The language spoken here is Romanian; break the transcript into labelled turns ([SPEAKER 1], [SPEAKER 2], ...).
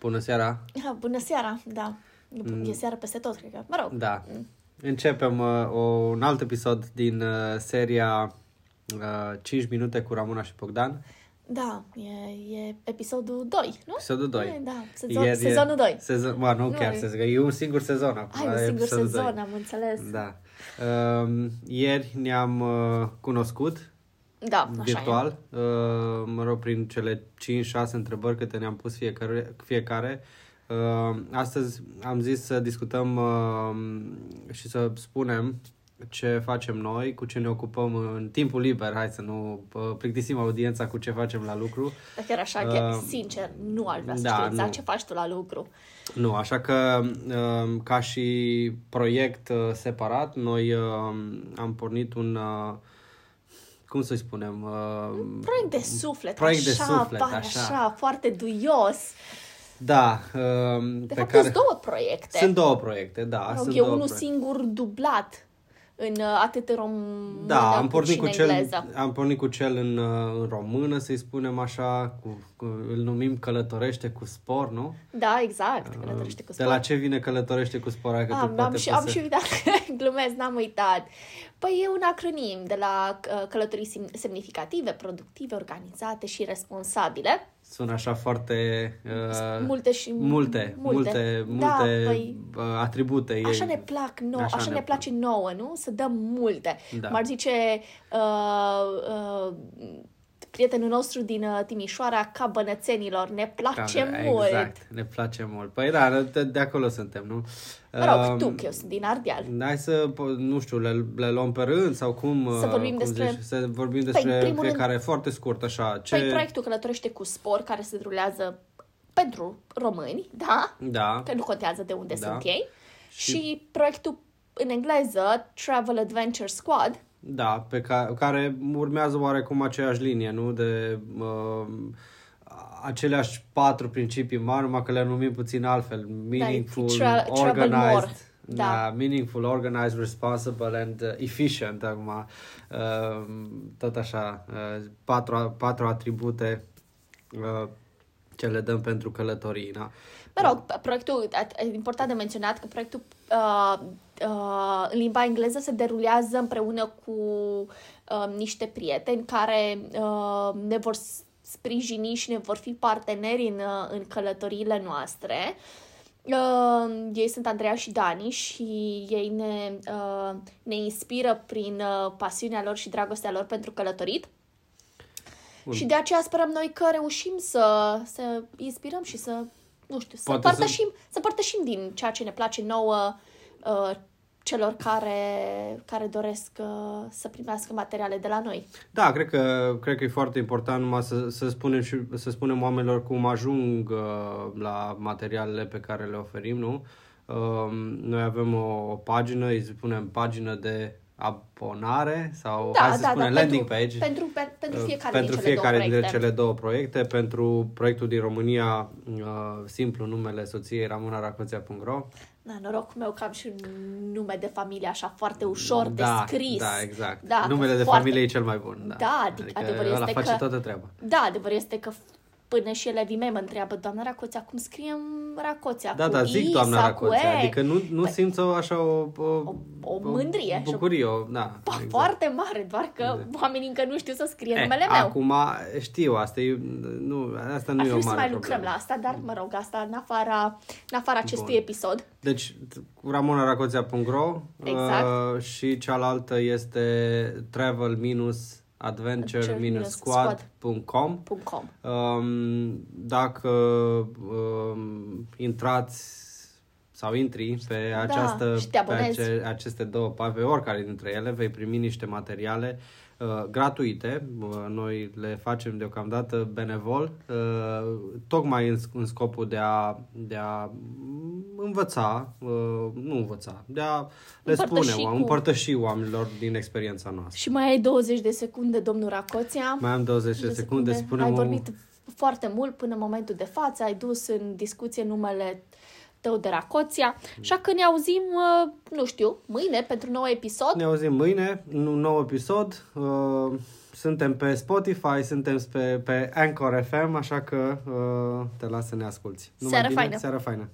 [SPEAKER 1] Bună seara!
[SPEAKER 2] Ha, Ah, bună seara, da. Mm. E seara peste tot, cred că. Mă rog.
[SPEAKER 1] Da. Începem uh, o, un alt episod din uh, seria uh, 5 minute cu Ramona și Bogdan.
[SPEAKER 2] Da, e, e episodul 2, nu?
[SPEAKER 1] Episodul 2.
[SPEAKER 2] E, Da, sezon, sezonul 2.
[SPEAKER 1] Sezon, ba, nu,
[SPEAKER 2] Nu.
[SPEAKER 1] chiar sezon, e un singur sezon acum.
[SPEAKER 2] Ai un
[SPEAKER 1] Da, e
[SPEAKER 2] singur
[SPEAKER 1] episodul
[SPEAKER 2] sezon,
[SPEAKER 1] doi.
[SPEAKER 2] am înțeles.
[SPEAKER 1] Da. Um, ieri ne-am uh, cunoscut
[SPEAKER 2] da așa
[SPEAKER 1] virtual,
[SPEAKER 2] E.
[SPEAKER 1] uh, mă rog, prin cele 5-6 întrebări câte ne-am pus fiecare. fiecare. Uh, astăzi am zis să discutăm uh, și să spunem ce facem noi, cu ce ne ocupăm în timpul liber, hai să nu uh, plictisim audiența cu ce facem la lucru.
[SPEAKER 2] Dar chiar așa, chiar,
[SPEAKER 1] Uh,
[SPEAKER 2] sincer, nu ar vrea să
[SPEAKER 1] da,
[SPEAKER 2] știu exact
[SPEAKER 1] nu.
[SPEAKER 2] ce faci tu la lucru.
[SPEAKER 1] Nu, așa că um, ca și proiect uh, separat, noi um, am pornit un, uh, cum să-i spunem, uh,
[SPEAKER 2] Proiect de suflet,
[SPEAKER 1] Proiect de
[SPEAKER 2] așa,
[SPEAKER 1] suflet,
[SPEAKER 2] pare
[SPEAKER 1] așa.
[SPEAKER 2] așa, foarte duios.
[SPEAKER 1] da, um,
[SPEAKER 2] De
[SPEAKER 1] pe
[SPEAKER 2] fapt,
[SPEAKER 1] care...
[SPEAKER 2] sunt două proiecte.
[SPEAKER 1] Sunt două proiecte, da.
[SPEAKER 2] Mă
[SPEAKER 1] sunt
[SPEAKER 2] rog, e
[SPEAKER 1] două
[SPEAKER 2] unul
[SPEAKER 1] proiecte.
[SPEAKER 2] singur dublat în uh, atât în română
[SPEAKER 1] Da, am
[SPEAKER 2] cât
[SPEAKER 1] pornit,
[SPEAKER 2] și
[SPEAKER 1] cu
[SPEAKER 2] în
[SPEAKER 1] cel,
[SPEAKER 2] engleză.
[SPEAKER 1] am pornit cu cel în, uh, în română, să-i spunem așa, cu, cu, îl numim Călătorește cu spor, nu?
[SPEAKER 2] Da, exact, călătorește cu
[SPEAKER 1] Uh, De la ce vine Călătorește cu spor? Hai Că tu
[SPEAKER 2] Am, am,
[SPEAKER 1] poate
[SPEAKER 2] și,
[SPEAKER 1] poți
[SPEAKER 2] am
[SPEAKER 1] să-
[SPEAKER 2] și uitat, glumesc, n-am uitat. Păi e un acronim de la uh, călătorii sim- semnificative, productive, organizate și responsabile.
[SPEAKER 1] Sună așa foarte... Uh,
[SPEAKER 2] Multe și
[SPEAKER 1] multe, multe, multe
[SPEAKER 2] Da, păi,
[SPEAKER 1] uh, atribute. ei.
[SPEAKER 2] Așa ne plac nouă,
[SPEAKER 1] Așa
[SPEAKER 2] așa,
[SPEAKER 1] ne
[SPEAKER 2] ne, place nouă, nu? Să dăm multe.
[SPEAKER 1] Da.
[SPEAKER 2] Da. M-ar zice uh, uh, prietenul nostru din uh, Timișoara, ca bănățenilor, ne place
[SPEAKER 1] Da,
[SPEAKER 2] mult.
[SPEAKER 1] Exact, ne place mult. Păi da, de, de acolo suntem, nu?
[SPEAKER 2] Mă rog,
[SPEAKER 1] Um,
[SPEAKER 2] tu, că eu sunt din Ardeal.
[SPEAKER 1] Hai să, po- nu știu, le, le luăm pe rând sau cum...
[SPEAKER 2] Să
[SPEAKER 1] uh,
[SPEAKER 2] vorbim
[SPEAKER 1] cum
[SPEAKER 2] despre- Păi,
[SPEAKER 1] Zici, să vorbim despre
[SPEAKER 2] în primul rând-
[SPEAKER 1] fiecare foarte scurt, așa. Ce...
[SPEAKER 2] Ce... Păi proiectul călătorește cu spor, care se derulează pentru români, da?
[SPEAKER 1] Da,
[SPEAKER 2] Că nu contează de unde
[SPEAKER 1] Da.
[SPEAKER 2] da. sunt ei.
[SPEAKER 1] Și-
[SPEAKER 2] Și... și proiectul în engleză, Travel Adventure Squad,
[SPEAKER 1] da, pe ca, care urmează oarecum aceeași linie, nu? De uh, aceleași patru principii mari, numai că le numim puțin altfel. Meaningful,
[SPEAKER 2] Da, tra- travel
[SPEAKER 1] organized...
[SPEAKER 2] more. Da.
[SPEAKER 1] meaningful, organized, responsible and uh, efficient, acum, uh, tot așa, uh, patru, patru atribute uh, ce le dăm pentru călătorii, da?
[SPEAKER 2] Mă rog, proiectul, e important de menționat că proiectul uh, uh, în limba engleză se derulează împreună cu uh, niște prieteni care uh, ne vor s- sprijini și ne vor fi parteneri în, uh, în călătoriile noastre. Uh, ei sunt Andreea și Dani și ei ne, uh, ne inspiră prin uh, pasiunea lor și dragostea lor pentru călătorit.
[SPEAKER 1] Bun.
[SPEAKER 2] Și de aceea sperăm noi că reușim să, să inspirăm și să, nu știu, să
[SPEAKER 1] Poate
[SPEAKER 2] împărtășim, să... împărtășim din ceea ce ne place nouă uh, celor care, care doresc uh, să primească materiale de la noi.
[SPEAKER 1] Da, cred că, cred că e foarte important numai să, să, spunem și, să spunem oamenilor cum ajung uh, la materialele pe care le oferim, nu? Um, noi avem o, o pagină, îi spunem pagină de abonare sau hai să spunem landing
[SPEAKER 2] Da,
[SPEAKER 1] page.
[SPEAKER 2] pentru,
[SPEAKER 1] Uh,
[SPEAKER 2] Pentru, pe, pentru fiecare
[SPEAKER 1] pentru
[SPEAKER 2] din cele
[SPEAKER 1] fiecare
[SPEAKER 2] două
[SPEAKER 1] dintre
[SPEAKER 2] proiecte.
[SPEAKER 1] cele două proiecte. Pentru proiectul din România, uh, simplu numele soției ramonaracoțea.ro
[SPEAKER 2] Da, norocul meu că am și un nume de familie așa foarte ușor
[SPEAKER 1] da,
[SPEAKER 2] de scris.
[SPEAKER 1] Da, exact.
[SPEAKER 2] Da,
[SPEAKER 1] numele de
[SPEAKER 2] foarte-
[SPEAKER 1] familie e cel mai bun. Da,
[SPEAKER 2] Da, adic- adevărul
[SPEAKER 1] ăla
[SPEAKER 2] este
[SPEAKER 1] face
[SPEAKER 2] că-
[SPEAKER 1] toată treaba.
[SPEAKER 2] Da, adevărul este că până și elevii mei mă întreabă, doamna Racoțea, cum scriem Racoțea?
[SPEAKER 1] Da,
[SPEAKER 2] cu
[SPEAKER 1] da, zic
[SPEAKER 2] I
[SPEAKER 1] doamna
[SPEAKER 2] sau
[SPEAKER 1] Racoțea,
[SPEAKER 2] cu E? Păi-
[SPEAKER 1] adică nu, nu simți o, așa o, o,
[SPEAKER 2] o mândrie și o-
[SPEAKER 1] bucurie, o, da.
[SPEAKER 2] Pa, Foarte mare, doar că oamenii încă nu știu să scrie
[SPEAKER 1] Exact. Eh,
[SPEAKER 2] numele meu.
[SPEAKER 1] Acum știu, asta, e, nu, asta nu
[SPEAKER 2] Ar
[SPEAKER 1] e o
[SPEAKER 2] trebui
[SPEAKER 1] mare
[SPEAKER 2] să mai
[SPEAKER 1] problemă.
[SPEAKER 2] lucrăm la asta, dar mă rog, asta în afara, în afara acestui
[SPEAKER 1] Bun.
[SPEAKER 2] episod.
[SPEAKER 1] Deci, t- cu ramonaracoțea.ro
[SPEAKER 2] Exact.
[SPEAKER 1] uh, și cealaltă este travel-adventure-squad.com
[SPEAKER 2] .com.
[SPEAKER 1] Um, dacă um, intrați sau intri pe, această,
[SPEAKER 2] Da, și te
[SPEAKER 1] pe
[SPEAKER 2] abonezi.
[SPEAKER 1] aceste două pa- pe oricare dintre ele, vei primi niște materiale uh, gratuite. Uh, noi le facem deocamdată benevol, uh, tocmai în, sc- în scopul de a, de a învăța, uh, nu învăța, de a le
[SPEAKER 2] Împărtăși
[SPEAKER 1] spune,
[SPEAKER 2] cu-
[SPEAKER 1] împărtăși oamenilor din experiența noastră.
[SPEAKER 2] Și mai ai 20 de secunde, domnul Racoțea.
[SPEAKER 1] Mai am 20 de secunde, spune
[SPEAKER 2] Ai vorbit foarte mult până în momentul de față, ai dus în discuție numele tău de Racoțea,
[SPEAKER 1] Mm.
[SPEAKER 2] așa că ne auzim, uh, nu știu, mâine pentru un nou episod.
[SPEAKER 1] Ne auzim mâine, un nou episod. Uh, Suntem pe Spotify, suntem pe, pe Anchor FM, așa că uh, te las să ne asculti.
[SPEAKER 2] Seară faină!
[SPEAKER 1] Seară faină!